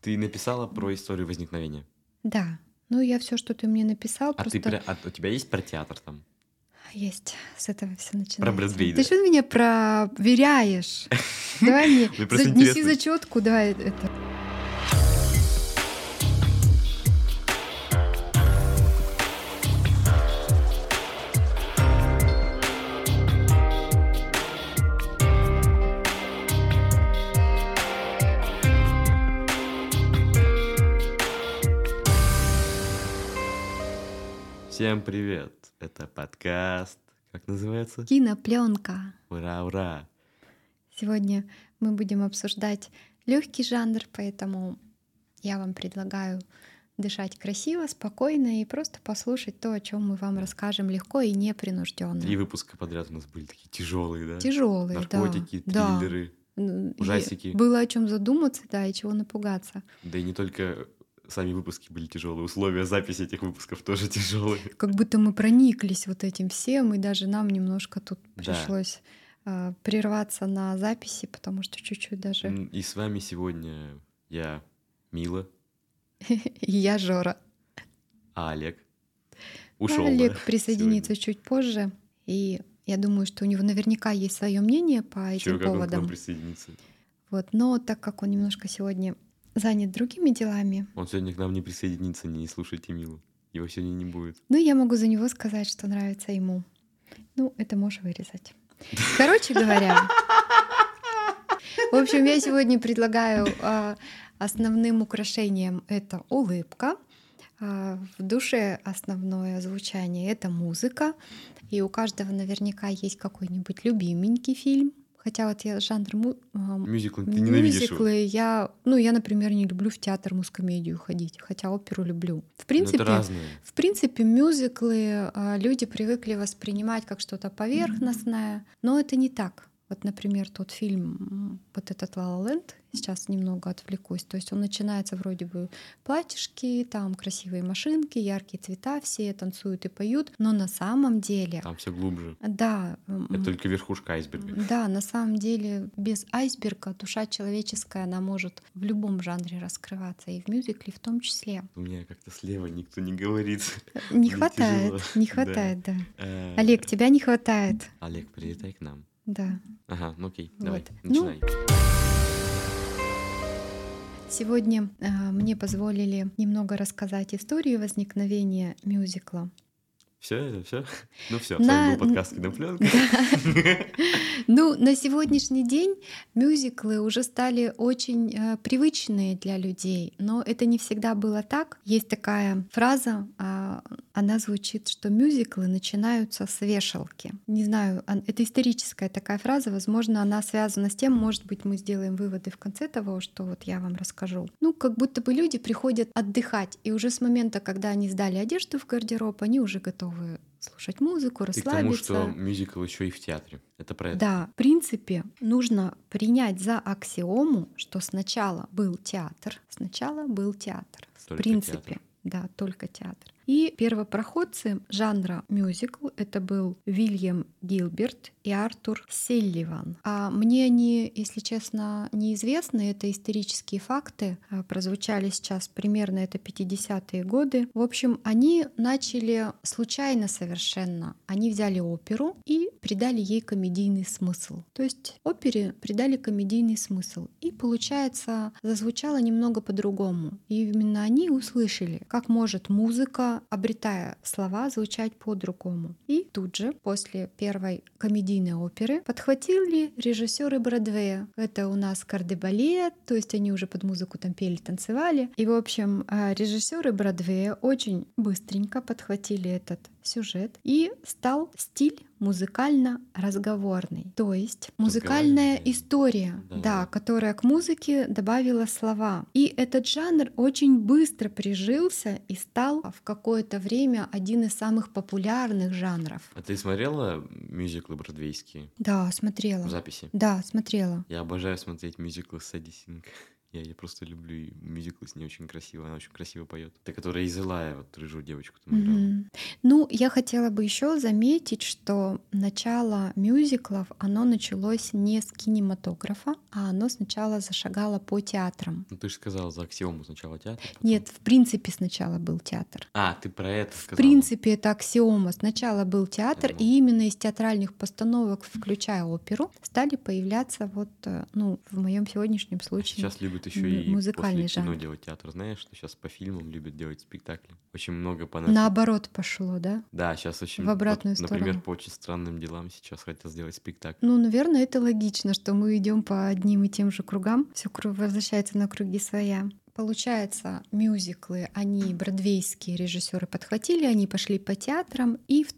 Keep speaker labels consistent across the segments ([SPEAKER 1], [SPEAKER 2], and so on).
[SPEAKER 1] Ты написала про историю возникновения.
[SPEAKER 2] Да. Ну, я все, что ты мне написал,
[SPEAKER 1] А
[SPEAKER 2] просто
[SPEAKER 1] ты пря- а у тебя есть про театр там?
[SPEAKER 2] есть. С этого все начинается.
[SPEAKER 1] Брэдбейда.
[SPEAKER 2] Ты что на меня проверяешь? Давай мне
[SPEAKER 1] Мне просто
[SPEAKER 2] за- неси
[SPEAKER 1] интересно.
[SPEAKER 2] зачетку, давай это.
[SPEAKER 1] Всем привет! Это подкаст. Как называется?
[SPEAKER 2] Кинопленка.
[SPEAKER 1] Ура, ура!
[SPEAKER 2] Сегодня мы будем обсуждать легкий жанр, поэтому я вам предлагаю дышать красиво, спокойно и просто послушать то, о чем мы вам расскажем легко и непринужденно.
[SPEAKER 1] Три выпуска подряд у нас были такие тяжелые, да?
[SPEAKER 2] Тяжелые, да.
[SPEAKER 1] Наркотики,
[SPEAKER 2] да.
[SPEAKER 1] триллеры.
[SPEAKER 2] Ну, и
[SPEAKER 1] ужастики.
[SPEAKER 2] Было о чем задуматься, да, и чего напугаться.
[SPEAKER 1] Да и не только сами выпуски были тяжелые, условия записи этих выпусков тоже тяжелые.
[SPEAKER 2] Как будто мы прониклись вот этим всем, и даже нам немножко тут
[SPEAKER 1] Да.
[SPEAKER 2] пришлось а, прерваться на записи, потому что чуть-чуть даже...
[SPEAKER 1] М, И с вами сегодня я, Мила,
[SPEAKER 2] И я Жора.
[SPEAKER 1] а Олег ушел.
[SPEAKER 2] Олег присоединится чуть позже, и я думаю, что у него наверняка есть свое мнение по этим
[SPEAKER 1] Чего, как он к нам
[SPEAKER 2] поводам.
[SPEAKER 1] присоединится?
[SPEAKER 2] Вот, но так как он немножко сегодня занят другими делами,
[SPEAKER 1] Он сегодня к нам не присоединится, не слушайте Милу. Его сегодня не будет.
[SPEAKER 2] Ну, я могу за него сказать, что нравится ему. Ну, это можешь вырезать. Короче говоря, в общем, я сегодня предлагаю а, основным украшением это улыбка. а, в душе основное звучание это музыка. И у каждого наверняка есть какой-нибудь любименький фильм. Хотя вот я жанр му- а,
[SPEAKER 1] Мюзикл, ты ненавидишь его.
[SPEAKER 2] мюзиклы я, ну я, например, не люблю в театр мускомедию ходить, хотя оперу люблю. В
[SPEAKER 1] Ну,
[SPEAKER 2] принципе,
[SPEAKER 1] это разное.
[SPEAKER 2] в принципе, мюзиклы а, люди привыкли воспринимать как что-то поверхностное, но это не так. Вот, например, тот фильм, м, вот этот «Ла Ла Ленд», сейчас немного отвлекусь, то есть он начинается вроде бы платьишки, там красивые машинки, яркие цвета, все танцуют и поют, но на самом деле,
[SPEAKER 1] Там все глубже.
[SPEAKER 2] да, м,
[SPEAKER 1] Это только верхушка айсберга.
[SPEAKER 2] да, на самом деле без айсберга душа человеческая, она может в любом жанре раскрываться, и в мюзикле в том числе.
[SPEAKER 1] У меня как-то слева никто не говорит.
[SPEAKER 2] Не
[SPEAKER 1] Мне
[SPEAKER 2] хватает,
[SPEAKER 1] Ну, тяжело.
[SPEAKER 2] не
[SPEAKER 1] Да.
[SPEAKER 2] хватает, да.
[SPEAKER 1] Э,
[SPEAKER 2] Олег, тебя не хватает.
[SPEAKER 1] Олег, прилетай к нам.
[SPEAKER 2] Да.
[SPEAKER 1] Ага, ну окей, давай,
[SPEAKER 2] Вот. Ну,
[SPEAKER 1] начинай.
[SPEAKER 2] Сегодня э, мне позволили немного рассказать историю возникновения мюзикла.
[SPEAKER 1] Все это, все? Ну все,
[SPEAKER 2] На-
[SPEAKER 1] с вами был подкаст «Кинопленка».
[SPEAKER 2] Ну, на сегодняшний день мюзиклы уже стали очень э, привычные для людей, но это не всегда было так. Есть такая фраза, а, она звучит, что мюзиклы начинаются с вешалки. Не знаю, он- это историческая такая фраза, возможно, она связана с тем, может быть, мы сделаем выводы в конце того, что вот я вам расскажу. Ну, как будто бы люди приходят отдыхать, и уже с момента, когда они сдали одежду в гардероб, они уже готовы слушать музыку,
[SPEAKER 1] И к
[SPEAKER 2] расслабиться.
[SPEAKER 1] тому, что мюзикл еще и в театре. Это про это.
[SPEAKER 2] Да, в принципе, нужно принять за аксиому, что сначала был театр, сначала был театр. В
[SPEAKER 1] Только
[SPEAKER 2] принципе,
[SPEAKER 1] театр.
[SPEAKER 2] да, только театр. И первопроходцы жанра мюзикл это был Вильям Гилберт и Артур Селливан. А мне они, если честно, неизвестны. Это исторические факты. а, Прозвучали сейчас примерно это 50-е годы. В общем, они начали случайно совершенно. Они взяли оперу и придали ей комедийный смысл. То есть опере придали комедийный смысл. И получается, зазвучало немного по-другому. И именно они услышали, как может музыка, обретая слова, звучать по-другому. И тут же, после первой комедийной оперы, подхватили режиссеры Бродвея. Это у нас кардебалет, то есть они уже под музыку там пели, танцевали. И, в общем, а, режиссеры Бродвея очень быстренько подхватили этот сюжет и стал стиль музыкально-разговорный, то есть музыкальная
[SPEAKER 1] Разговорный.
[SPEAKER 2] история,
[SPEAKER 1] Да,
[SPEAKER 2] да,
[SPEAKER 1] да.
[SPEAKER 2] которая к музыке добавила слова. И этот жанр очень быстро прижился и стал в какое-то время один из самых популярных жанров.
[SPEAKER 1] А ты смотрела мюзиклы бродвейские
[SPEAKER 2] Да, смотрела.
[SPEAKER 1] в записи?
[SPEAKER 2] Да, смотрела.
[SPEAKER 1] Я обожаю смотреть мюзиклы Сэдди Синг. Я, я просто люблю и мюзиклы с ней очень красиво, она очень красиво поет. Та, которая из Илая, вот рыжую девочку там играла.
[SPEAKER 2] Мгм. Ну, я хотела бы еще заметить, что начало мюзиклов, оно началось не с кинематографа, а оно сначала зашагало по театрам.
[SPEAKER 1] Ну ты же сказала за аксиому сначала театр. потом-
[SPEAKER 2] Нет, в принципе сначала был театр.
[SPEAKER 1] А, ты про это
[SPEAKER 2] В
[SPEAKER 1] сказала.
[SPEAKER 2] принципе, это аксиома. Сначала был театр,
[SPEAKER 1] Мгм.
[SPEAKER 2] и именно из театральных постановок, включая оперу, стали появляться вот, э, ну, в моем сегодняшнем
[SPEAKER 1] А
[SPEAKER 2] случае.
[SPEAKER 1] Сейчас любят еще
[SPEAKER 2] м-
[SPEAKER 1] и
[SPEAKER 2] музыкальный
[SPEAKER 1] после кино
[SPEAKER 2] жанр.
[SPEAKER 1] делать театр. Знаешь, что сейчас по фильмам любят делать спектакли? Очень много по Netflix.
[SPEAKER 2] Наоборот пошло, да?
[SPEAKER 1] Да, сейчас очень...
[SPEAKER 2] В
[SPEAKER 1] вот,
[SPEAKER 2] обратную сторону.
[SPEAKER 1] Например, по очень странным делам сейчас хотят сделать спектакль.
[SPEAKER 2] Ну, наверное, это логично, что мы идем по одним и тем же кругам, все возвращается на круги своя. Получается, мюзиклы, они бродвейские режиссеры подхватили, они пошли по театрам, и в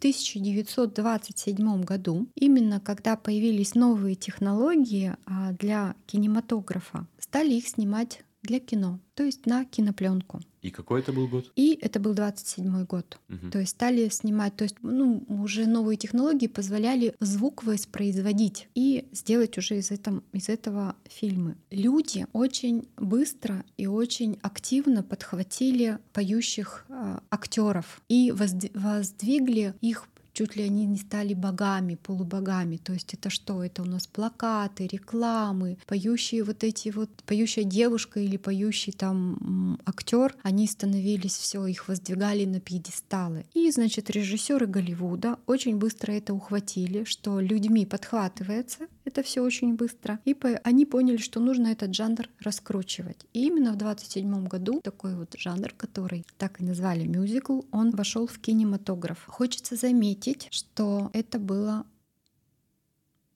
[SPEAKER 2] 1927 году, именно когда появились новые технологии а, для кинематографа, стали их снимать для кино, то есть на кинопленку.
[SPEAKER 1] И какой это был год?
[SPEAKER 2] И это был 27 год.
[SPEAKER 1] Мгм.
[SPEAKER 2] То есть стали снимать, то есть ну, уже новые технологии позволяли звук воспроизводить и сделать уже из, этом, из этого фильмы. Люди очень быстро и очень активно подхватили поющих актеров и возд- воздвигли их чуть ли они не стали богами, полубогами. То есть это что? Это у нас плакаты, рекламы, поющие вот эти вот, поющая девушка или поющий там м, актер, они становились все, их воздвигали на пьедесталы. И, значит, режиссеры Голливуда очень быстро это ухватили, что людьми подхватывается это все очень быстро. И по- они поняли, что нужно этот жанр раскручивать. И именно в 27 году такой вот жанр, который так и назвали мюзикл, он вошел в кинематограф. Хочется заметить, что это было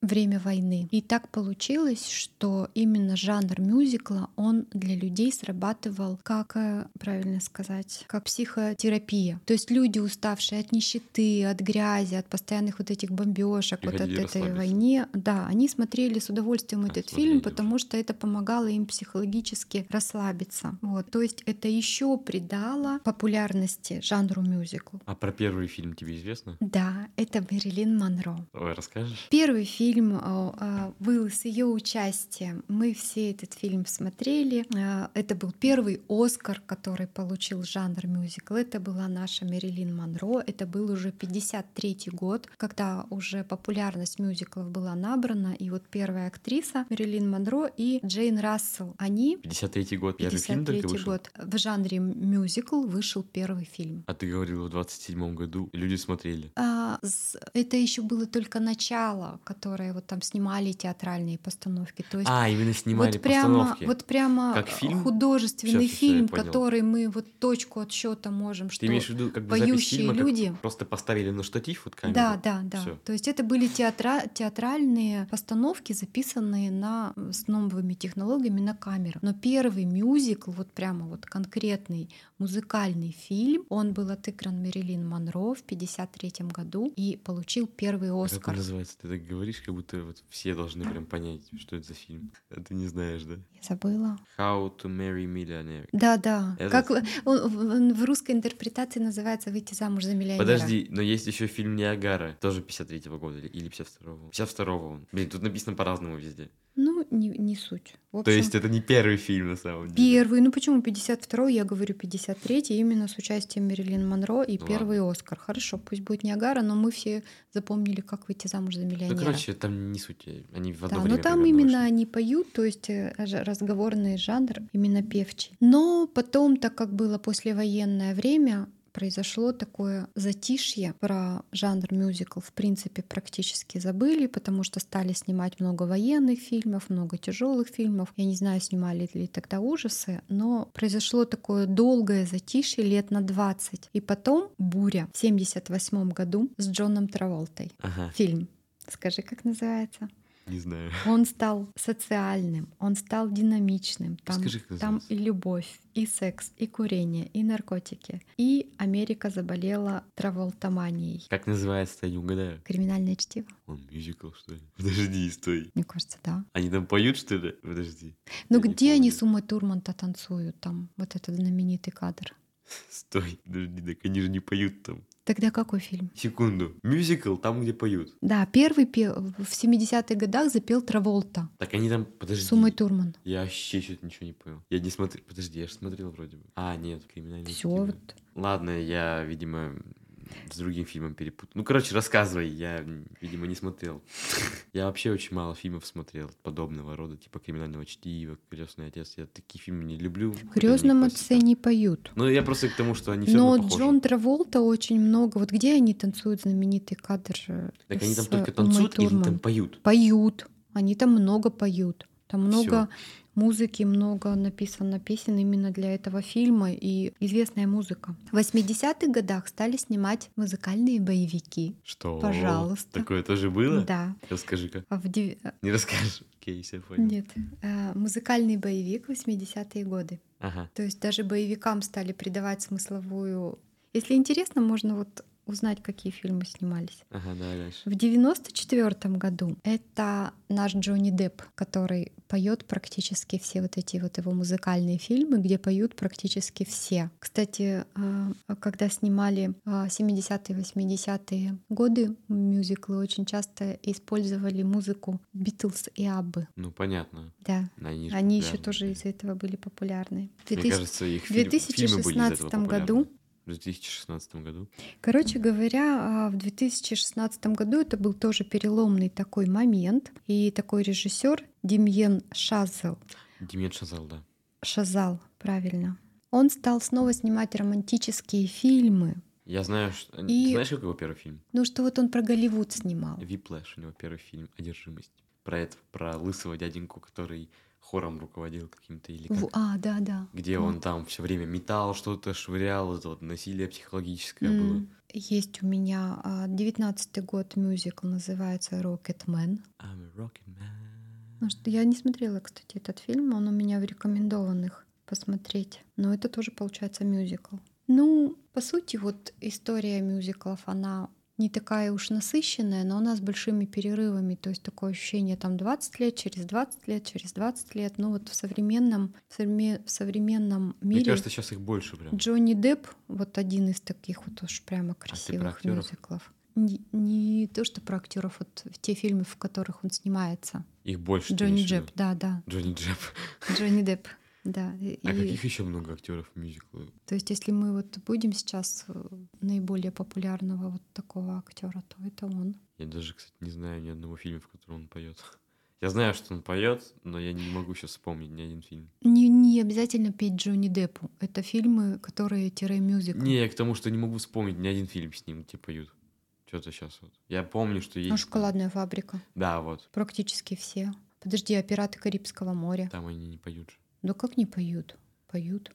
[SPEAKER 2] время войны. И так получилось, что именно жанр мюзикла, он для людей срабатывал как, э, правильно сказать, как психотерапия. То есть люди, уставшие от нищеты, от грязи, от постоянных вот этих бомбежек, вот от
[SPEAKER 1] Приходили
[SPEAKER 2] этой
[SPEAKER 1] расслабиться.
[SPEAKER 2] войны, да, они смотрели с удовольствием
[SPEAKER 1] А,
[SPEAKER 2] этот
[SPEAKER 1] смотрели
[SPEAKER 2] фильм,
[SPEAKER 1] уже.
[SPEAKER 2] потому что это помогало им психологически расслабиться. Вот. То есть это еще придало популярности жанру мюзикл.
[SPEAKER 1] А про первый фильм тебе известно?
[SPEAKER 2] Да, это Мэрилин Монро.
[SPEAKER 1] Ой, расскажешь?
[SPEAKER 2] Первый фильм э, э, был с ее участием. Мы все этот фильм смотрели. Э, Это был первый Оскар, который получил жанр мюзикл. Это была наша Мэрилин Монро. Это был уже 53 год, когда уже популярность мюзиклов была набрана. И вот первая актриса Мэрилин Монро и Джейн Рассел. Они
[SPEAKER 1] 53-й год. Первый фильм только
[SPEAKER 2] 53
[SPEAKER 1] вышел.
[SPEAKER 2] год. В жанре мюзикл вышел первый фильм.
[SPEAKER 1] А ты говорила, в 27-м году люди смотрели.
[SPEAKER 2] А, с- это еще было только начало, которое вот там снимали театральные постановки. То есть
[SPEAKER 1] А, именно снимали
[SPEAKER 2] вот прямо,
[SPEAKER 1] постановки.
[SPEAKER 2] вот прямо э,
[SPEAKER 1] Как фильм?
[SPEAKER 2] художественный
[SPEAKER 1] Сейчас я
[SPEAKER 2] фильм,
[SPEAKER 1] понял.
[SPEAKER 2] который мы вот точку отсчета можем, что
[SPEAKER 1] Ты имеешь в виду, как бы запись
[SPEAKER 2] поющие
[SPEAKER 1] фильма, как
[SPEAKER 2] люди.
[SPEAKER 1] просто поставили на штатив вот камеру?
[SPEAKER 2] Да, да, да.
[SPEAKER 1] Всё.
[SPEAKER 2] То есть это были театра- театральные постановки, записанные на м, с новыми технологиями на камеру. Но первый мюзикл, вот прямо вот конкретный музыкальный фильм, он был отыгран Мерилин Монро в 1953 году и получил первый
[SPEAKER 1] А Как
[SPEAKER 2] Оскар.
[SPEAKER 1] он называется? Ты так говоришь, как будто вот все должны прям понять, что это за фильм. А ты не знаешь, да?
[SPEAKER 2] Я забыла.
[SPEAKER 1] How to Marry Millionaire.
[SPEAKER 2] Да, да.
[SPEAKER 1] Этот?
[SPEAKER 2] Как он, в- он в русской интерпретации называется «Выйти замуж за миллионера».
[SPEAKER 1] Подожди, но есть еще фильм Ниагара, тоже 53-го года или- или 52-го. 52-го он. Блин, тут написано по-разному везде.
[SPEAKER 2] Ну, не, не суть. В
[SPEAKER 1] То
[SPEAKER 2] общем,
[SPEAKER 1] есть это не первый фильм на самом деле.
[SPEAKER 2] Первый, ну почему 52 я говорю 53 именно с участием Мерилин Монро и
[SPEAKER 1] Ну
[SPEAKER 2] первый Оскар. Хорошо, пусть будет Ниагара, но мы все запомнили, как выйти замуж за миллионера.
[SPEAKER 1] Ну, короче, там не суть. э, Они в одно
[SPEAKER 2] да, но
[SPEAKER 1] время
[SPEAKER 2] там
[SPEAKER 1] примерно
[SPEAKER 2] именно
[SPEAKER 1] вышли.
[SPEAKER 2] они поют, то есть э, ж- разговорный жанр, именно певчий. Но потом, так как было послевоенное время, произошло такое затишье про жанр мюзикл, в принципе, практически забыли, потому что стали снимать много военных фильмов, много тяжелых фильмов. Я не знаю, снимали ли тогда ужасы, но произошло такое долгое затишье лет на 20. И потом буря в 78 году с Джоном Траволтой.
[SPEAKER 1] Ага,
[SPEAKER 2] Фильм. Скажи, как называется?
[SPEAKER 1] не знаю.
[SPEAKER 2] Он стал социальным, он стал динамичным. Там,
[SPEAKER 1] Скажи, как
[SPEAKER 2] там
[SPEAKER 1] называется.
[SPEAKER 2] и любовь, и секс, и курение, и наркотики. И Америка заболела траволтоманией.
[SPEAKER 1] Как называется, я не угадаю.
[SPEAKER 2] Криминальное чтиво,
[SPEAKER 1] Он мюзикл, что ли? Подожди, стой.
[SPEAKER 2] мне кажется, да.
[SPEAKER 1] Они там поют, что ли? Подожди.
[SPEAKER 2] Ну
[SPEAKER 1] Я не
[SPEAKER 2] где они
[SPEAKER 1] помню.
[SPEAKER 2] с Умой Турман-то танцуют там? Вот этот знаменитый кадр.
[SPEAKER 1] Стой, подожди, так они же не поют там.
[SPEAKER 2] Тогда какой фильм?
[SPEAKER 1] Секунду. Мюзикл там, где поют.
[SPEAKER 2] Да, первый пел, в 70-х годах запел Траволта
[SPEAKER 1] Так они там... Подожди.
[SPEAKER 2] с Умой Турман.
[SPEAKER 1] Я вообще что-то ничего не понял. Я не смотрел... Подожди, я же смотрел вроде бы. А, нет, криминальный.
[SPEAKER 2] Все,
[SPEAKER 1] фильм.
[SPEAKER 2] вот.
[SPEAKER 1] Ладно, я, видимо, с другим фильмом перепутал. Ну, короче, рассказывай, я, видимо, не смотрел. Я вообще очень мало фильмов смотрел подобного рода, типа «Криминального чтива», «Крестный отец». Я такие фильмы не люблю.
[SPEAKER 2] В грезном
[SPEAKER 1] Это не классика.
[SPEAKER 2] отце не поют.
[SPEAKER 1] Ну, я просто к тому, что они все
[SPEAKER 2] Но
[SPEAKER 1] равно похожи.
[SPEAKER 2] Джон Траволта очень много. Вот где они танцуют знаменитый кадр? э,
[SPEAKER 1] Так они там
[SPEAKER 2] с
[SPEAKER 1] только
[SPEAKER 2] Умой
[SPEAKER 1] танцуют или
[SPEAKER 2] Турман?
[SPEAKER 1] там поют?
[SPEAKER 2] Поют. Они там много поют. Там много музыки, много написано песен именно для этого фильма и известная музыка. В 80-х годах стали снимать музыкальные боевики.
[SPEAKER 1] Что?
[SPEAKER 2] Пожалуйста.
[SPEAKER 1] Такое тоже было?
[SPEAKER 2] Да.
[SPEAKER 1] Расскажи-ка.
[SPEAKER 2] А В дев-
[SPEAKER 1] Не расскажешь. Окей, все понял.
[SPEAKER 2] Нет, э, музыкальный боевик 80-е годы.
[SPEAKER 1] Ага.
[SPEAKER 2] То есть даже боевикам стали придавать смысловую... Если интересно, можно вот узнать, какие фильмы снимались.
[SPEAKER 1] Ага, давай дальше.
[SPEAKER 2] В 94 году это наш Джонни Депп, который поет практически все вот эти вот его музыкальные фильмы, где поют практически все. Кстати, э, когда снимали э, 70-е, 80-е годы мюзиклы, очень часто использовали музыку Битлз и Аббы.
[SPEAKER 1] Ну, понятно.
[SPEAKER 2] Да,
[SPEAKER 1] Они, же
[SPEAKER 2] они еще
[SPEAKER 1] популярны
[SPEAKER 2] тоже
[SPEAKER 1] были.
[SPEAKER 2] из-за этого были популярны. В
[SPEAKER 1] Мне
[SPEAKER 2] 2000
[SPEAKER 1] кажется, их
[SPEAKER 2] в
[SPEAKER 1] фильм- фильмы были из
[SPEAKER 2] 2016
[SPEAKER 1] этого
[SPEAKER 2] году,
[SPEAKER 1] популярны. В 2016 году.
[SPEAKER 2] короче говоря, а, в 2016 году это был тоже переломный такой момент, и такой режиссер Демьен Шазел,
[SPEAKER 1] Демьян Шазал, да.
[SPEAKER 2] Шазал, правильно, он стал снова снимать романтические фильмы.
[SPEAKER 1] Я знаю, что...
[SPEAKER 2] И-
[SPEAKER 1] Ты знаешь, какой его первый фильм?
[SPEAKER 2] Ну что вот он про Голливуд снимал.
[SPEAKER 1] Виплэш, у него первый фильм «Одержимость». Про это, про лысого дяденьку, который хором руководил каким-то или как.
[SPEAKER 2] В- А, да, да.
[SPEAKER 1] Где он там все время металл что-то швырял, это вот насилие психологическое было.
[SPEAKER 2] М, Есть у меня а, 19-й год мюзикл, называется «Рокетмен».
[SPEAKER 1] I'm a rocket man.
[SPEAKER 2] Ну что, я не смотрела, кстати, этот фильм, он у меня в рекомендованных посмотреть. Но это тоже получается мюзикл. Ну, по сути, вот история мюзиклов, она не такая уж насыщенная, но она с большими перерывами. То есть такое ощущение там 20 лет, через 20 лет, через 20 лет. Ну вот в современном, в совреме- в современном
[SPEAKER 1] Мне
[SPEAKER 2] мире
[SPEAKER 1] кажется, сейчас их больше прям.
[SPEAKER 2] Джонни Депп вот один из таких вот уж прямо красивых
[SPEAKER 1] А актеров?
[SPEAKER 2] мюзиклов. Не, не то, что про актеров, вот те фильмы, в которых он снимается.
[SPEAKER 1] Их больше. ты
[SPEAKER 2] Джонни
[SPEAKER 1] имеешь в виду?
[SPEAKER 2] Депп, да, да.
[SPEAKER 1] Джонни Джеп.
[SPEAKER 2] Джонни Депп, да. И-
[SPEAKER 1] А
[SPEAKER 2] и-
[SPEAKER 1] каких еще много актеров мюзикла?
[SPEAKER 2] то есть, если мы вот будем сейчас э, наиболее популярного вот такого актера, то это он.
[SPEAKER 1] Я даже, кстати, не знаю ни одного фильма, в котором он поет. Я знаю, что он поет, но я не могу сейчас вспомнить ни один фильм.
[SPEAKER 2] Не, не обязательно петь Джонни Деппу. Это фильмы, которые тире мюзикл.
[SPEAKER 1] Не, я к тому, что не могу вспомнить ни один фильм с ним, где поют. Что-то сейчас вот. Я помню, что есть.
[SPEAKER 2] Ну, шоколадная фабрика.
[SPEAKER 1] Да, вот.
[SPEAKER 2] Практически все. Подожди, а пираты Карибского моря?
[SPEAKER 1] Там они не поют же.
[SPEAKER 2] Да Ну, как не поют? Поют.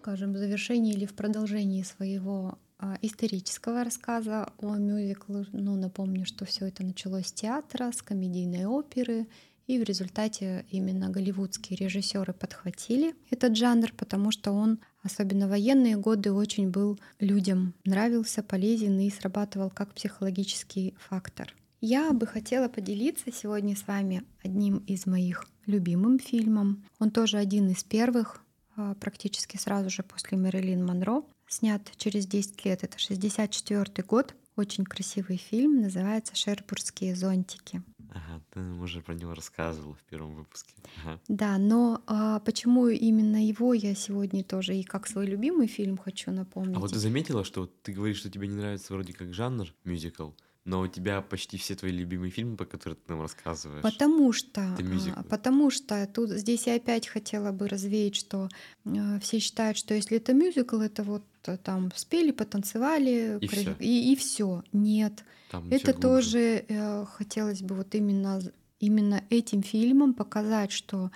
[SPEAKER 2] Скажем, в завершении или в продолжении своего а, исторического рассказа о мюзикле, ну, напомню, что все это началось с театра, с комедийной оперы, и в результате именно голливудские режиссеры подхватили этот жанр, потому что он, особенно в военные годы, очень был людям нравился, полезен и срабатывал как психологический фактор. Я бы хотела поделиться сегодня с вами одним из моих любимым фильмом. Он тоже один из первых, а, практически сразу же после Мэрилин Монро. Снят через 10 лет, это 64 год. Очень красивый фильм, называется «Шербурские зонтики».
[SPEAKER 1] Ага, ты нам уже про него рассказывала в первом выпуске. Ага.
[SPEAKER 2] Да, но а, почему именно его я сегодня тоже и как свой любимый фильм хочу напомнить.
[SPEAKER 1] А вот ты заметила, что вот ты говоришь, что тебе не нравится вроде как жанр мюзикл, но у тебя почти все твои любимые фильмы, про которые ты нам рассказываешь.
[SPEAKER 2] Потому что,
[SPEAKER 1] Это мюзикл.
[SPEAKER 2] а, потому что тут здесь я опять хотела бы развеять, что э, все считают, что если это мюзикл, это вот э, там спели, потанцевали
[SPEAKER 1] И всё.
[SPEAKER 2] и, все. Нет,
[SPEAKER 1] Там всё
[SPEAKER 2] это
[SPEAKER 1] глубже.
[SPEAKER 2] тоже э, хотелось бы вот именно именно этим фильмом показать, что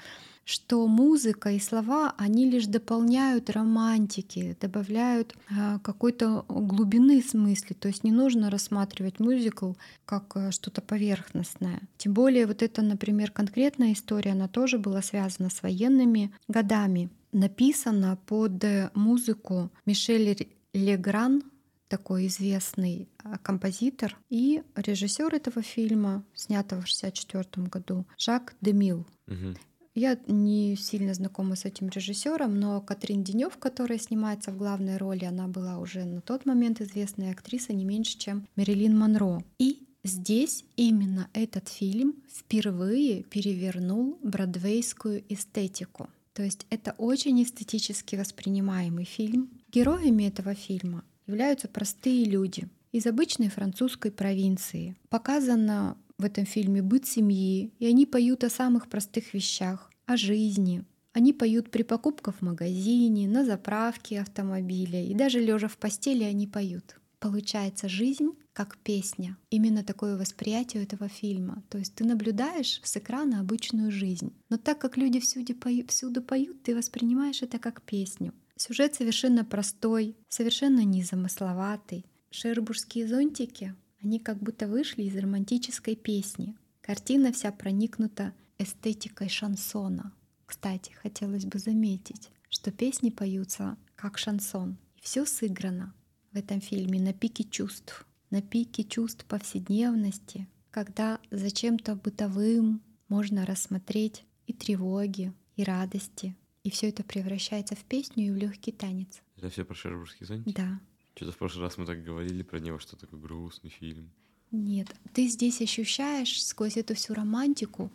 [SPEAKER 2] что музыка и слова, они лишь дополняют романтики, добавляют э, какой-то глубины в смысле. То есть не нужно рассматривать мюзикл как э, что-то поверхностное. Тем более вот эта, например, конкретная история, она тоже была связана с военными годами. Написана под э, музыку Мишель Р- Легран, такой известный а, композитор и режиссер этого фильма, снятого в 1964 году, Жак Демил.
[SPEAKER 1] Мгм.
[SPEAKER 2] Я не сильно знакома с этим режиссером, но Катрин Денев, которая снимается в главной роли, она была уже на тот момент известная актриса не меньше, чем Мерилин Монро. И Здесь именно этот фильм впервые перевернул бродвейскую эстетику. То есть это очень эстетически воспринимаемый фильм. Героями этого фильма являются простые люди из обычной французской провинции. Показано в этом фильме быт семьи, и они поют о самых простых вещах, о жизни. Они поют при покупках в магазине, на заправке автомобиля, и даже лежа в постели они поют. Получается, жизнь как песня. Именно такое восприятие этого фильма. То есть ты наблюдаешь с экрана обычную жизнь. Но так как люди всюду, пою, всюду поют, ты воспринимаешь это как песню. Сюжет совершенно простой, совершенно незамысловатый. Шербургские зонтики, они как будто вышли из романтической песни. Картина вся проникнута эстетикой шансона. Кстати, хотелось бы заметить, что песни поются как шансон. И все сыграно в этом фильме на пике чувств на пике чувств повседневности, когда за чем-то бытовым можно рассмотреть и тревоги, и радости. И все это превращается в песню и в легкий танец.
[SPEAKER 1] Это все про Шербургский зонтик?
[SPEAKER 2] Да.
[SPEAKER 1] Что-то в прошлый раз мы так говорили про него, что такой грустный фильм.
[SPEAKER 2] Нет, ты здесь ощущаешь сквозь эту всю романтику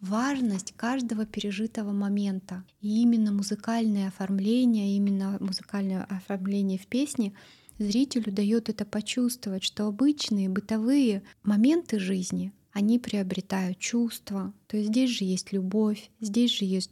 [SPEAKER 2] важность каждого пережитого момента. И именно музыкальное оформление, именно музыкальное оформление в песне зрителю дает это почувствовать, что обычные бытовые моменты жизни, они приобретают чувства. То есть здесь же есть любовь, здесь же есть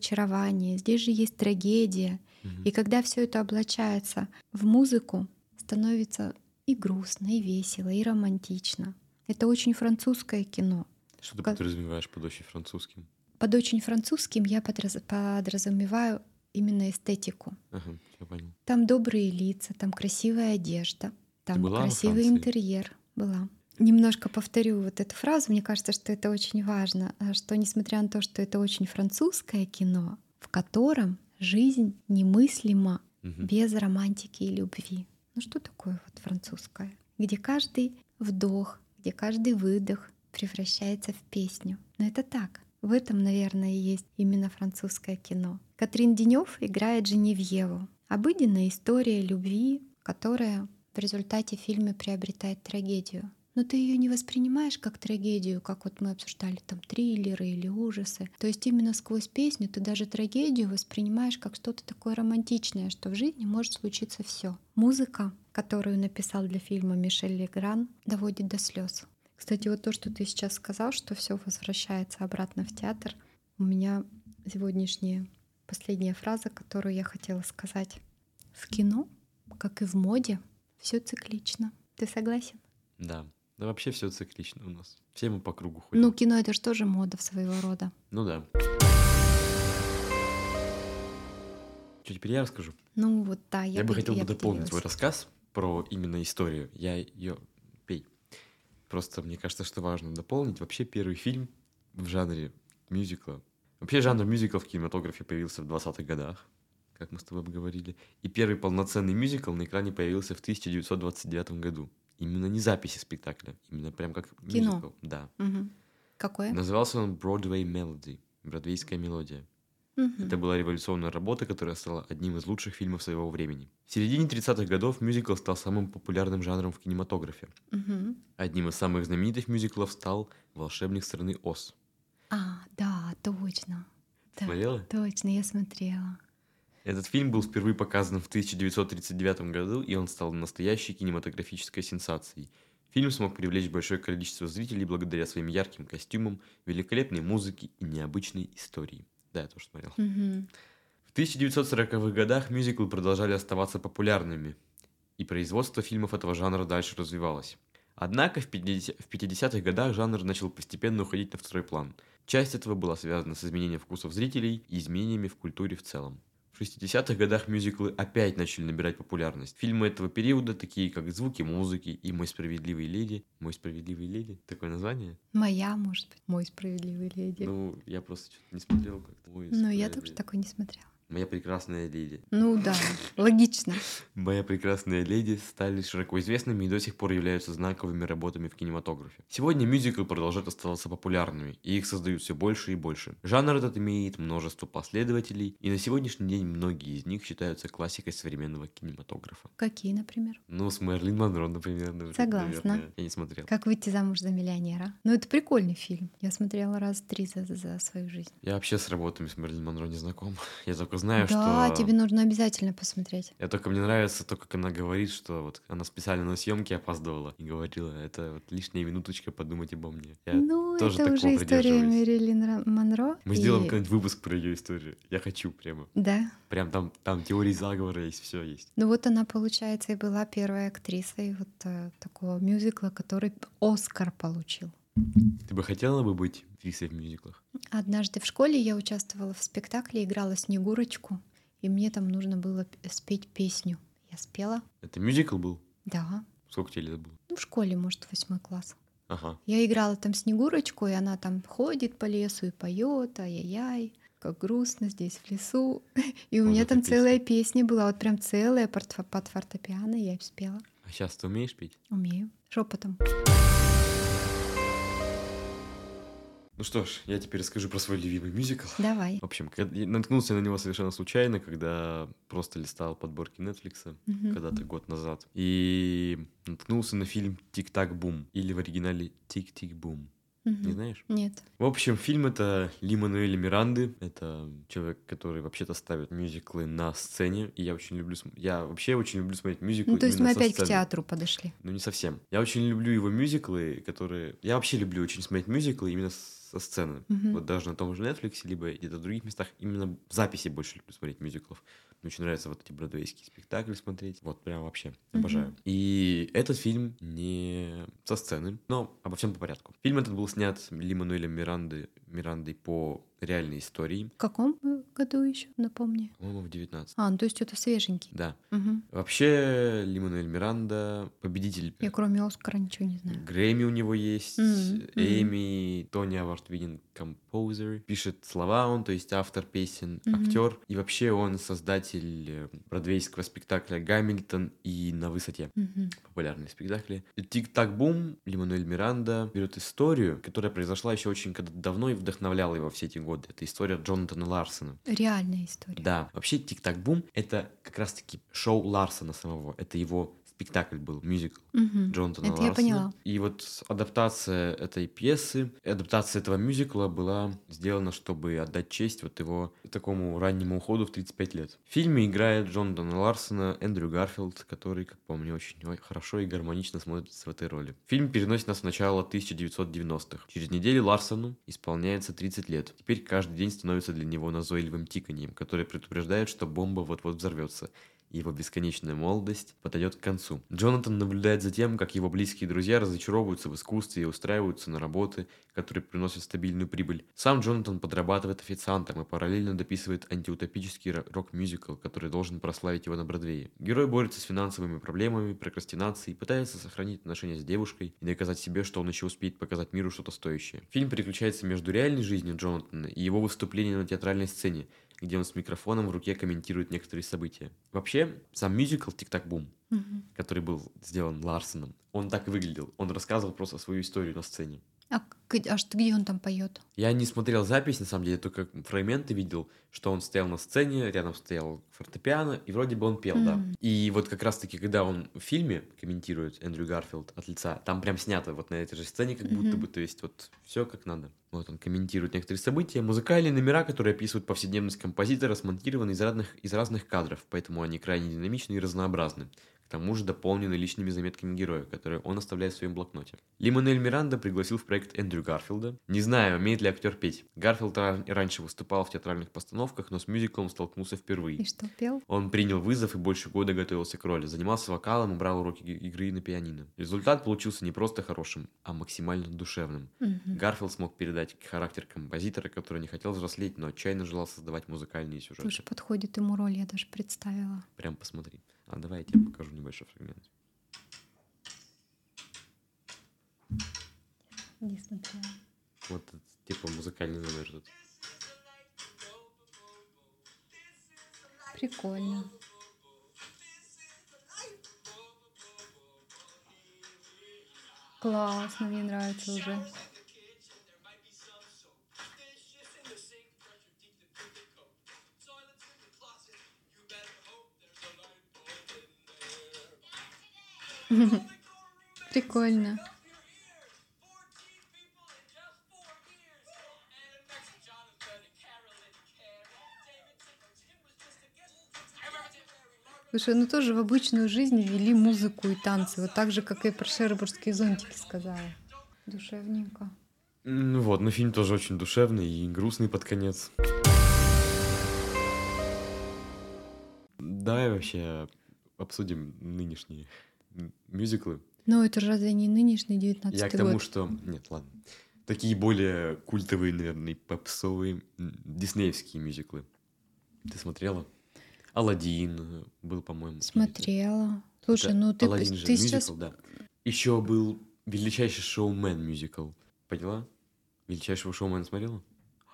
[SPEAKER 2] разочарование, здесь же есть трагедия.
[SPEAKER 1] Мгм.
[SPEAKER 2] И когда все это облачается в музыку, становится и грустно, и весело, и романтично. Это очень французское кино.
[SPEAKER 1] Что ты
[SPEAKER 2] как-
[SPEAKER 1] подразумеваешь под очень французским?
[SPEAKER 2] Под очень французским я подраз- подразумеваю именно эстетику.
[SPEAKER 1] Ага, я понял.
[SPEAKER 2] Там добрые лица, там красивая одежда, там
[SPEAKER 1] была во
[SPEAKER 2] красивый
[SPEAKER 1] Франции?
[SPEAKER 2] интерьер. Была. Немножко повторю вот эту фразу. Мне кажется, что это очень важно, а, что несмотря на то, что это очень французское кино, в котором жизнь немыслима
[SPEAKER 1] Мгм.
[SPEAKER 2] без романтики и любви. Ну что такое вот французское? Где каждый вдох, где каждый выдох превращается в песню. Но это так. В этом, наверное, и есть именно французское кино. Катрин Денев играет Женевьеву. Обыденная история любви, которая в результате фильма приобретает трагедию. Но ты ее не воспринимаешь как трагедию, как вот мы обсуждали там триллеры или ужасы. То есть именно сквозь песню ты даже трагедию воспринимаешь как что-то такое романтичное, что в жизни может случиться все. Музыка, которую написал для фильма Мишель Легран, доводит до слез. Кстати, вот то, что ты сейчас сказал, что все возвращается обратно в театр, у меня сегодняшняя последняя фраза, которую я хотела сказать. В кино, как и в моде, все циклично. Ты согласен?
[SPEAKER 1] Да. Да вообще все циклично у нас. Все мы по кругу ходим.
[SPEAKER 2] Ну, кино это же тоже мода своего рода.
[SPEAKER 1] Ну да. Что, теперь я расскажу?
[SPEAKER 2] Ну вот да, я,
[SPEAKER 1] Я, бы хотел бы дополнить
[SPEAKER 2] поделилась.
[SPEAKER 1] свой рассказ про именно историю. Я ее пей. Просто мне кажется, что важно дополнить. Вообще первый фильм в жанре мюзикла. Вообще жанр мюзикла в кинематографе появился в 20-х годах, как мы с тобой обговорили. И первый полноценный мюзикл на экране появился в 1929 году. Именно не записи спектакля, именно прям как
[SPEAKER 2] Кино.
[SPEAKER 1] мюзикл. Да.
[SPEAKER 2] Мгм. Какое?
[SPEAKER 1] Назывался он Broadway Melody, бродвейская мелодия.
[SPEAKER 2] Мгм.
[SPEAKER 1] Это была революционная работа, которая стала одним из лучших фильмов своего времени. В середине 30-х годов мюзикл стал самым популярным жанром в кинематографе.
[SPEAKER 2] Мгм.
[SPEAKER 1] Одним из самых знаменитых мюзиклов стал «Волшебник страны Оз».
[SPEAKER 2] А, да, точно. Да,
[SPEAKER 1] Смотрела?
[SPEAKER 2] точно, я смотрела.
[SPEAKER 1] Этот фильм был впервые показан в 1939 году, и он стал настоящей кинематографической сенсацией. Фильм смог привлечь большое количество зрителей благодаря своим ярким костюмам, великолепной музыке и необычной истории. Да, я тоже смотрел.
[SPEAKER 2] Мгм.
[SPEAKER 1] В 1940-х годах мюзиклы продолжали оставаться популярными, и производство фильмов этого жанра дальше развивалось. Однако в 50 в 50-х годах жанр начал постепенно уходить на второй план. Часть этого была связана с изменением вкусов зрителей и изменениями в культуре в целом. В 60-х годах мюзиклы опять начали набирать популярность. Фильмы этого периода, такие как «Звуки музыки» и «Мой справедливый леди». «Мой справедливый леди» — такое название?
[SPEAKER 2] Моя, может быть, мой справедливый леди.
[SPEAKER 1] Ну, я просто что-то не смотрел как-то. «Мой
[SPEAKER 2] Но я
[SPEAKER 1] справедливый
[SPEAKER 2] тоже такой не смотрела.
[SPEAKER 1] Моя прекрасная леди.
[SPEAKER 2] Ну да, логично.
[SPEAKER 1] Моя прекрасная леди стали широко известными и до сих пор являются знаковыми работами в кинематографе. Сегодня мюзиклы продолжают оставаться популярными, и их создают все больше и больше. Жанр этот имеет множество последователей, и на сегодняшний день многие из них считаются классикой современного кинематографа.
[SPEAKER 2] Какие, например?
[SPEAKER 1] Ну, с Мерлин Монро, например. наверное,
[SPEAKER 2] Согласна.
[SPEAKER 1] наверное. Я не смотрел.
[SPEAKER 2] Как выйти замуж за миллионера? Ну, это прикольный фильм. Я смотрела раз три за, за свою жизнь.
[SPEAKER 1] Я вообще с работами с Мерлин Монро не знаком. Я только знаю,
[SPEAKER 2] да,
[SPEAKER 1] что...
[SPEAKER 2] тебе нужно обязательно посмотреть.
[SPEAKER 1] Я только мне нравится то, как она говорит, что вот она специально на съемки опаздывала и говорила, это вот лишняя минуточка, подумать обо мне. Я-
[SPEAKER 2] ну,
[SPEAKER 1] тоже
[SPEAKER 2] это
[SPEAKER 1] такого
[SPEAKER 2] уже история
[SPEAKER 1] придерживаюсь.
[SPEAKER 2] Мэрилин Ра- Монро.
[SPEAKER 1] Мы
[SPEAKER 2] и-
[SPEAKER 1] сделаем какой-нибудь выпуск про ее историю. Я хочу прямо.
[SPEAKER 2] Да.
[SPEAKER 1] Прям там, там теории заговора есть, все есть.
[SPEAKER 2] Ну вот она, получается, и была первой актрисой вот э, такого мюзикла, который Оскар получил.
[SPEAKER 1] Ты бы хотела бы быть актрисой в мюзиклах?
[SPEAKER 2] Однажды в школе я участвовала в спектакле, играла Снегурочку, и мне там нужно было п- спеть песню. Я спела,
[SPEAKER 1] Это мюзикл был?
[SPEAKER 2] да,
[SPEAKER 1] Сколько тебе лет было?
[SPEAKER 2] ну в школе, может, восьмой класс.
[SPEAKER 1] Ага.
[SPEAKER 2] Я играла там Снегурочку, и она там ходит по лесу и поет, ай-яй-яй, как грустно здесь в лесу. И у
[SPEAKER 1] Вот
[SPEAKER 2] меня
[SPEAKER 1] эта
[SPEAKER 2] там целая песня была, вот прям целая под фо- под фортепиано, я её спела.
[SPEAKER 1] А сейчас ты умеешь петь?
[SPEAKER 2] Умею. Шепотом.
[SPEAKER 1] Ну что ж, я теперь расскажу про свой любимый мюзикл.
[SPEAKER 2] Давай.
[SPEAKER 1] В общем, к- я наткнулся на него совершенно случайно, когда просто листал подборки Netflix
[SPEAKER 2] Мгм.
[SPEAKER 1] когда-то год назад. И наткнулся на фильм «Тик-так-бум» или в оригинале «Тик-тик-бум».
[SPEAKER 2] Мгм.
[SPEAKER 1] Не знаешь?
[SPEAKER 2] Нет.
[SPEAKER 1] В общем, фильм это Лимануэля Миранды. Это человек, который вообще-то ставит мюзиклы на сцене. И я очень люблю... см- Я вообще очень люблю смотреть мюзиклы
[SPEAKER 2] Ну, то есть
[SPEAKER 1] именно
[SPEAKER 2] мы
[SPEAKER 1] со
[SPEAKER 2] опять к
[SPEAKER 1] сцены.
[SPEAKER 2] театру подошли.
[SPEAKER 1] Ну, не совсем. Я очень люблю его мюзиклы, которые... Я вообще люблю очень смотреть мюзиклы именно со сцены.
[SPEAKER 2] Мгм.
[SPEAKER 1] Вот даже на том же Netflix, либо где-то в других местах, именно в записи больше люблю смотреть мюзиклов. Мне очень нравятся вот эти бродвейские спектакли смотреть. Вот, прям вообще
[SPEAKER 2] Мгм.
[SPEAKER 1] обожаю. И этот фильм не со сцены, но обо всем по порядку. Фильм этот был снят Лимануэлем Миранды, Мирандой по реальной истории,
[SPEAKER 2] В каком году еще, напомни?
[SPEAKER 1] по-моему, в 19
[SPEAKER 2] А, ну, то есть это свеженький.
[SPEAKER 1] Да.
[SPEAKER 2] Мгм.
[SPEAKER 1] Вообще, Лимануэль Миранда победитель
[SPEAKER 2] Я кроме Оскара ничего не знаю.
[SPEAKER 1] Грэмми у него есть,
[SPEAKER 2] Мгм, мгм.
[SPEAKER 1] Эми, Тони Авард Виден композер. Пишет слова он, то есть автор песен,
[SPEAKER 2] Мгм.
[SPEAKER 1] актер. И вообще он создатель э, бродвейского спектакля «Гамильтон» и «На высоте».
[SPEAKER 2] Мгм.
[SPEAKER 1] Популярные спектакли. Тик-так-бум, Лимануэль Миранда берет историю, которая произошла еще очень когда давно и вдохновляла его все эти годы. Это история Джонатана Ларсона.
[SPEAKER 2] Реальная история.
[SPEAKER 1] Да, вообще «Тик-так-бум» — это как раз-таки шоу Ларсона самого. Это его спектакль был, мюзикл.
[SPEAKER 2] Мгм.
[SPEAKER 1] Джонатана
[SPEAKER 2] Это я
[SPEAKER 1] Ларсона.
[SPEAKER 2] поняла.
[SPEAKER 1] И вот с- адаптация этой пьесы, адаптация этого мюзикла была сделана, чтобы отдать честь вот его такому раннему уходу в 35 лет. В фильме играет Джонатана Ларсона Эндрю Гарфилд, который, как по мне, очень о- хорошо и гармонично смотрится в этой роли. Фильм переносит нас в начало 1990-х. Через неделю Ларсону исполняется 30 лет. Теперь каждый день становится для него назойливым тиканьем, которое предупреждает, что бомба вот-вот взорвется и его бесконечная молодость подойдет к концу. Джонатан наблюдает за тем, как его близкие друзья разочаровываются в искусстве и устраиваются на работы, которые приносят стабильную прибыль. Сам Джонатан подрабатывает официантом и параллельно дописывает антиутопический ро- рок-мюзикл, который должен прославить его на Бродвее. Герой борется с финансовыми проблемами, прокрастинацией, пытается сохранить отношения с девушкой и доказать себе, что он еще успеет показать миру что-то стоящее. Фильм переключается между реальной жизнью Джонатана и его выступлением на театральной сцене, где он с микрофоном в руке комментирует некоторые события. Вообще, сам мюзикл «Тик-так-бум»,
[SPEAKER 2] Мгм.
[SPEAKER 1] который был сделан Ларсоном, он так и выглядел. Он рассказывал просто свою историю на сцене.
[SPEAKER 2] А, к- а что, где он там поет?
[SPEAKER 1] Я не смотрел запись, на самом деле, только фрагменты видел, что он стоял на сцене, рядом стоял фортепиано, и вроде бы он пел, да.
[SPEAKER 2] Мгм.
[SPEAKER 1] И вот как раз-таки, когда он в фильме комментирует Эндрю Гарфилд от лица, там прям снято вот на этой же сцене, как будто
[SPEAKER 2] Мгм.
[SPEAKER 1] бы, то есть вот все как надо. Вот он комментирует некоторые события, музыкальные номера, которые описывают повседневность композитора, смонтированы из разных, из разных кадров, поэтому они крайне динамичны и разнообразны. К тому же дополнены личными заметками героя, которые он оставляет в своем блокноте. Лимонель Миранда пригласил в проект Эндрю Гарфилда. Не знаю, умеет ли актер петь. Гарфилд ра- раньше выступал в театральных постановках, но с мюзиклом столкнулся впервые.
[SPEAKER 2] И что пел?
[SPEAKER 1] Он принял вызов и больше года готовился к роли. Занимался вокалом и брал уроки ги- игры на пианино. Результат получился не просто хорошим, а максимально душевным.
[SPEAKER 2] Мгм.
[SPEAKER 1] Гарфилд смог передать характер композитора, который не хотел взрослеть, но отчаянно желал создавать музыкальные сюжеты.
[SPEAKER 2] Слушай, подходит ему роль, я даже представила.
[SPEAKER 1] Прям посмотри. А давай я тебе покажу небольшой фрагмент.
[SPEAKER 2] Не смотрела.
[SPEAKER 1] Вот этот, типа музыкальный номер тут.
[SPEAKER 3] This is
[SPEAKER 2] Прикольно. Классно, мне нравится уже. Прикольно. Слушай, ну тоже в обычную жизнь вели музыку и танцы, вот так же, как и про шербургские зонтики сказала. Душевненько.
[SPEAKER 1] Ну вот, но фильм тоже очень душевный и грустный под конец. Давай вообще обсудим нынешние м- мюзиклы.
[SPEAKER 2] Но Ну, это же разве не нынешний 19
[SPEAKER 1] Я к тому, что... Нет, ладно. Такие более культовые, наверное, попсовые м, диснеевские мюзиклы. Ты смотрела? Алладин был, по-моему. или-
[SPEAKER 2] Смотрела. Слушай,
[SPEAKER 1] Это
[SPEAKER 2] ну ты,
[SPEAKER 1] «Аладдин» же
[SPEAKER 2] ты
[SPEAKER 1] мюзикл,
[SPEAKER 2] сейчас...
[SPEAKER 1] да. Еще был величайший шоумен мюзикл. Поняла? Величайшего шоумена смотрела?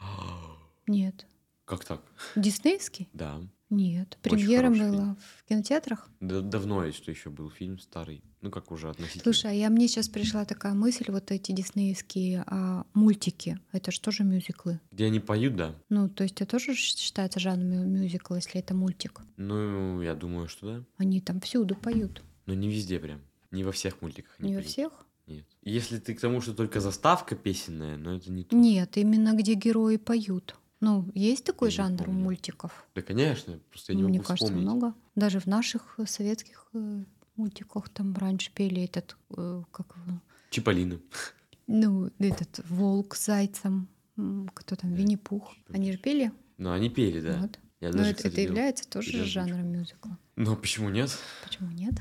[SPEAKER 2] Нет.
[SPEAKER 1] Как так?
[SPEAKER 2] Диснейский?
[SPEAKER 1] Да.
[SPEAKER 2] Нет.
[SPEAKER 1] Очень
[SPEAKER 2] Премьера
[SPEAKER 1] хороший
[SPEAKER 2] была в кинотеатрах?
[SPEAKER 1] Да- давно есть, что еще был фильм старый. Ну, как уже относительно.
[SPEAKER 2] Слушай, а я мне сейчас пришла такая мысль, вот эти диснеевские а, мультики, это же тоже мюзиклы.
[SPEAKER 1] Где они поют, да.
[SPEAKER 2] Ну, то есть это тоже ш- считается жанром мюзикла, если это мультик.
[SPEAKER 1] Ну, я думаю, что да.
[SPEAKER 2] Они там всюду поют.
[SPEAKER 1] Но не везде прям. Не во всех мультиках. они
[SPEAKER 2] Не во
[SPEAKER 1] поют.
[SPEAKER 2] всех?
[SPEAKER 1] Нет. Если ты к тому, что только заставка песенная, но это не то.
[SPEAKER 2] Нет, именно где герои поют. Ну, есть
[SPEAKER 1] Я
[SPEAKER 2] такой
[SPEAKER 1] не
[SPEAKER 2] жанр у
[SPEAKER 1] помню.
[SPEAKER 2] мультиков?
[SPEAKER 1] Да, конечно, просто я не
[SPEAKER 2] Ну,
[SPEAKER 1] могу
[SPEAKER 2] Мне кажется,
[SPEAKER 1] вспомнить.
[SPEAKER 2] много. Даже в наших э, советских э, мультиках там раньше пели этот, э, как его,
[SPEAKER 1] Чиполлино.
[SPEAKER 2] ну, этот волк с зайцем, м, кто там,
[SPEAKER 1] Да,
[SPEAKER 2] Винни-Пух.
[SPEAKER 1] чё-то
[SPEAKER 2] Они же пели?
[SPEAKER 1] Но они пели, Э, да.
[SPEAKER 2] Ну Вот.
[SPEAKER 1] Я
[SPEAKER 2] Но
[SPEAKER 1] даже,
[SPEAKER 2] это,
[SPEAKER 1] кстати,
[SPEAKER 2] это
[SPEAKER 1] делал.
[SPEAKER 2] является тоже же
[SPEAKER 1] переозвучку.
[SPEAKER 2] жанром мюзикла.
[SPEAKER 1] Ну, а почему нет?
[SPEAKER 2] Почему нет?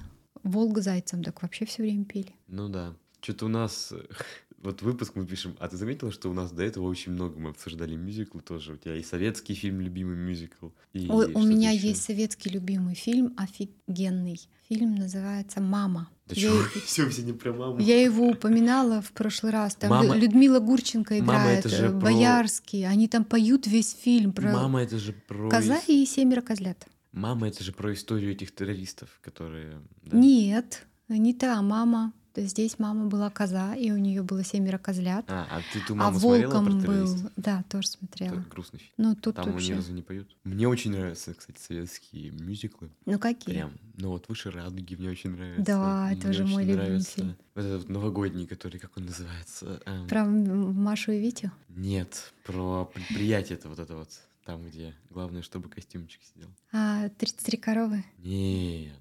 [SPEAKER 2] Волк с зайцем так вообще все время пели.
[SPEAKER 1] Ну да. Что-то у нас... э, Вот выпуск мы пишем. А ты заметила, что у нас до этого очень много мы обсуждали мюзиклы тоже? У тебя и советский фильм любимый мюзикл. и
[SPEAKER 2] Ой, у
[SPEAKER 1] что-то
[SPEAKER 2] меня
[SPEAKER 1] ещё.
[SPEAKER 2] есть советский любимый фильм, офигенный. Фильм называется «Мама».
[SPEAKER 1] Да
[SPEAKER 2] я,
[SPEAKER 1] чё, все, все не про маму.
[SPEAKER 2] я его упоминала в прошлый раз. Там
[SPEAKER 1] Мама-
[SPEAKER 2] Лю- Людмила Гурченко
[SPEAKER 1] Мама,
[SPEAKER 2] играет,
[SPEAKER 1] это же
[SPEAKER 2] э,
[SPEAKER 1] про-
[SPEAKER 2] Боярский. Они там поют весь фильм про
[SPEAKER 1] Мама, это же про...
[SPEAKER 2] коза
[SPEAKER 1] ис-
[SPEAKER 2] и семеро козлят.
[SPEAKER 1] Мама, это же про историю этих террористов, которые... да.
[SPEAKER 2] Нет, не та мама. Здесь мама была коза, и у нее было семеро козлят.
[SPEAKER 1] А, а ты ту
[SPEAKER 2] А,
[SPEAKER 1] маму смотрела
[SPEAKER 2] волком
[SPEAKER 1] про
[SPEAKER 2] был.
[SPEAKER 1] террористов?
[SPEAKER 2] Да, тоже
[SPEAKER 1] Это
[SPEAKER 2] смотрела.
[SPEAKER 1] грустный фильм.
[SPEAKER 2] Ну, тут
[SPEAKER 1] Там они
[SPEAKER 2] вообще.
[SPEAKER 1] разве не поют? Мне очень нравятся, кстати, советские мюзиклы.
[SPEAKER 2] Ну какие?
[SPEAKER 1] Прям. Ну вот «Выше радуги» мне очень нравится.
[SPEAKER 2] Да, это
[SPEAKER 1] Мне
[SPEAKER 2] же
[SPEAKER 1] очень
[SPEAKER 2] мой любимый
[SPEAKER 1] нравится
[SPEAKER 2] фильм.
[SPEAKER 1] Вот этот вот новогодний, который, как он называется? Эм,
[SPEAKER 2] Про м- Машу и Витю?
[SPEAKER 1] Нет, про предприятие это вот это вот. Там, где главное, чтобы костюмчик сидел.
[SPEAKER 2] А, 33 коровы.
[SPEAKER 1] Нет.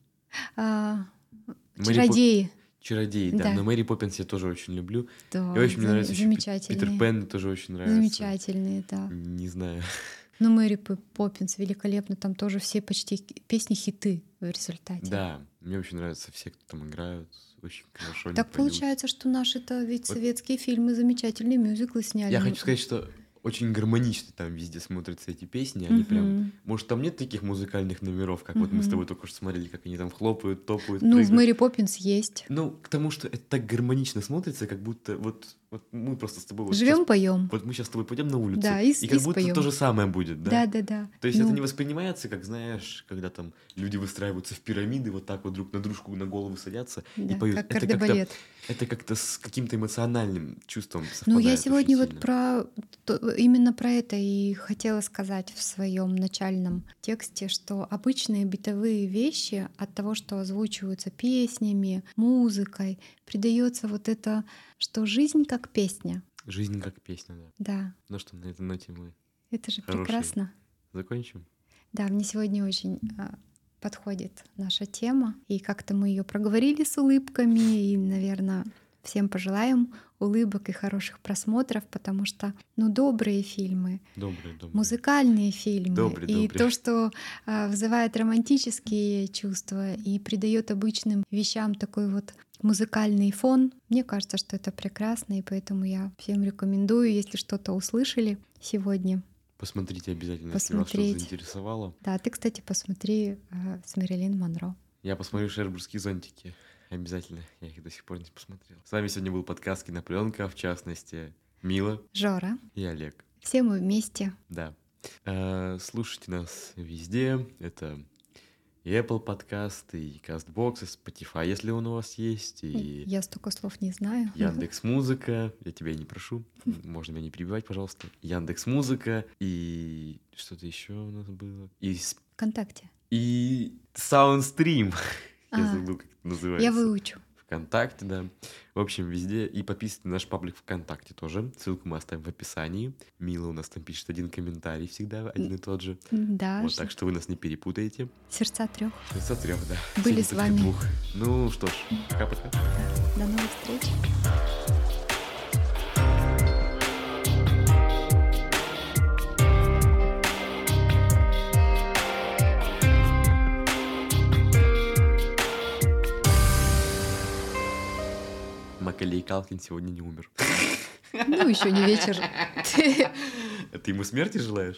[SPEAKER 2] А,
[SPEAKER 1] Мэри Поп-
[SPEAKER 2] чародеи.
[SPEAKER 1] Чародей, да.
[SPEAKER 2] Да.
[SPEAKER 1] Но Мэри Поппинс я тоже очень люблю.
[SPEAKER 2] Да,
[SPEAKER 1] И очень мне
[SPEAKER 2] зам-
[SPEAKER 1] нравится еще Пи-
[SPEAKER 2] замечательные.
[SPEAKER 1] Питер Пен тоже очень нравится.
[SPEAKER 2] Замечательные, да.
[SPEAKER 1] Не знаю.
[SPEAKER 2] Но Мэри П- Поппинс великолепно, там тоже все почти к- песни хиты в результате.
[SPEAKER 1] Да, мне очень нравятся все, кто там играют. Очень хорошо. они
[SPEAKER 2] Так
[SPEAKER 1] поют.
[SPEAKER 2] получается, что наши-то ведь
[SPEAKER 1] Вот-
[SPEAKER 2] советские фильмы замечательные мюзиклы сняли.
[SPEAKER 1] Я
[SPEAKER 2] Ну,
[SPEAKER 1] хочу сказать, что очень гармонично там везде смотрятся эти песни. Они прям...
[SPEAKER 2] мгм.
[SPEAKER 1] Может, там нет таких музыкальных номеров, как вот мы с
[SPEAKER 2] Мгм.
[SPEAKER 1] тобой только что смотрели, как они там хлопают, топают,
[SPEAKER 2] Ну, в
[SPEAKER 1] прыгают.
[SPEAKER 2] Мэри Поппинс есть.
[SPEAKER 1] Ну, к тому, что это так гармонично смотрится, как будто вот, вот мы просто с тобой вот
[SPEAKER 2] Живем,
[SPEAKER 1] щас-
[SPEAKER 2] поем.
[SPEAKER 1] вот мы сейчас с тобой пойдем на улицу,
[SPEAKER 2] Да, и с-
[SPEAKER 1] и как
[SPEAKER 2] и
[SPEAKER 1] будто
[SPEAKER 2] споем.
[SPEAKER 1] то же самое будет, да?
[SPEAKER 2] Да, да, да.
[SPEAKER 1] То есть это
[SPEAKER 2] Ну,
[SPEAKER 1] не воспринимается, как знаешь, когда там люди выстраиваются в пирамиды, вот так вот друг на дружку на голову садятся.
[SPEAKER 2] да,
[SPEAKER 1] поют.
[SPEAKER 2] Как
[SPEAKER 1] Это как-то
[SPEAKER 2] кардебалет.
[SPEAKER 1] Это как-то с каким-то эмоциональным чувством
[SPEAKER 2] Ну,
[SPEAKER 1] совпадает
[SPEAKER 2] я
[SPEAKER 1] очень
[SPEAKER 2] сегодня вот
[SPEAKER 1] сильно.
[SPEAKER 2] про то- именно про это и хотела сказать в своем начальном тексте, что обычные бытовые вещи от того, что озвучиваются песнями, музыкой, придается вот это, что жизнь как песня.
[SPEAKER 1] Жизнь как песня, да.
[SPEAKER 2] Да,
[SPEAKER 1] Ну что, на этой ноте мы
[SPEAKER 2] это же
[SPEAKER 1] Хороший.
[SPEAKER 2] прекрасно.
[SPEAKER 1] закончим?
[SPEAKER 2] Да, мне сегодня очень а, подходит наша тема, и как-то мы ее проговорили с улыбками, и, наверное, всем пожелаем улыбок и хороших просмотров, потому что, ну, добрые фильмы,
[SPEAKER 1] Добрый, добрый.
[SPEAKER 2] музыкальные фильмы
[SPEAKER 1] Добрый,
[SPEAKER 2] и
[SPEAKER 1] добрый.
[SPEAKER 2] то, что а, вызывает романтические чувства и придает обычным вещам такой вот музыкальный фон. Мне кажется, что это прекрасно, и поэтому я всем рекомендую, если что-то услышали сегодня.
[SPEAKER 1] Посмотрите обязательно, если вас
[SPEAKER 2] Посмотреть.
[SPEAKER 1] что заинтересовало.
[SPEAKER 2] Да, ты, кстати, посмотри а, с Мэрилин Монро.
[SPEAKER 1] Я посмотрю шербургские зонтики. Обязательно. Я их до сих пор не посмотрел. С вами сегодня был подкаст «Кинопленка», в частности, Мила
[SPEAKER 2] Жора,
[SPEAKER 1] и Олег.
[SPEAKER 2] все мы вместе.
[SPEAKER 1] Да. Э, Слушайте нас везде. Это и Apple подкаст, и CastBox, и Spotify, если он у вас есть, и
[SPEAKER 2] Я столько слов не знаю.
[SPEAKER 1] Яндекс Музыка. Я тебя не прошу. Можно меня не перебивать, пожалуйста. Яндекс Музыка и что-то еще у нас было. И, с-
[SPEAKER 2] Вконтакте.
[SPEAKER 1] и Soundstream. Я
[SPEAKER 2] А.
[SPEAKER 1] забыл, как это называется.
[SPEAKER 2] Я выучу.
[SPEAKER 1] ВКонтакте, да. В общем, везде. И подписывайтесь на наш паблик ВКонтакте тоже. Ссылку мы оставим в описании. Мила у нас там пишет один комментарий всегда, один и тот же.
[SPEAKER 2] Да.
[SPEAKER 1] Вот так что вы нас не перепутаете.
[SPEAKER 2] Сердца трех.
[SPEAKER 1] Сердца трех, да. Сегодня
[SPEAKER 2] Были с
[SPEAKER 1] только
[SPEAKER 2] вами.
[SPEAKER 1] двух. Ну что ж, пока-пока.
[SPEAKER 2] До новых встреч.
[SPEAKER 1] Макалей Калкин сегодня не умер.
[SPEAKER 2] Ну, еще не вечер.
[SPEAKER 1] А Ты ему смерти желаешь?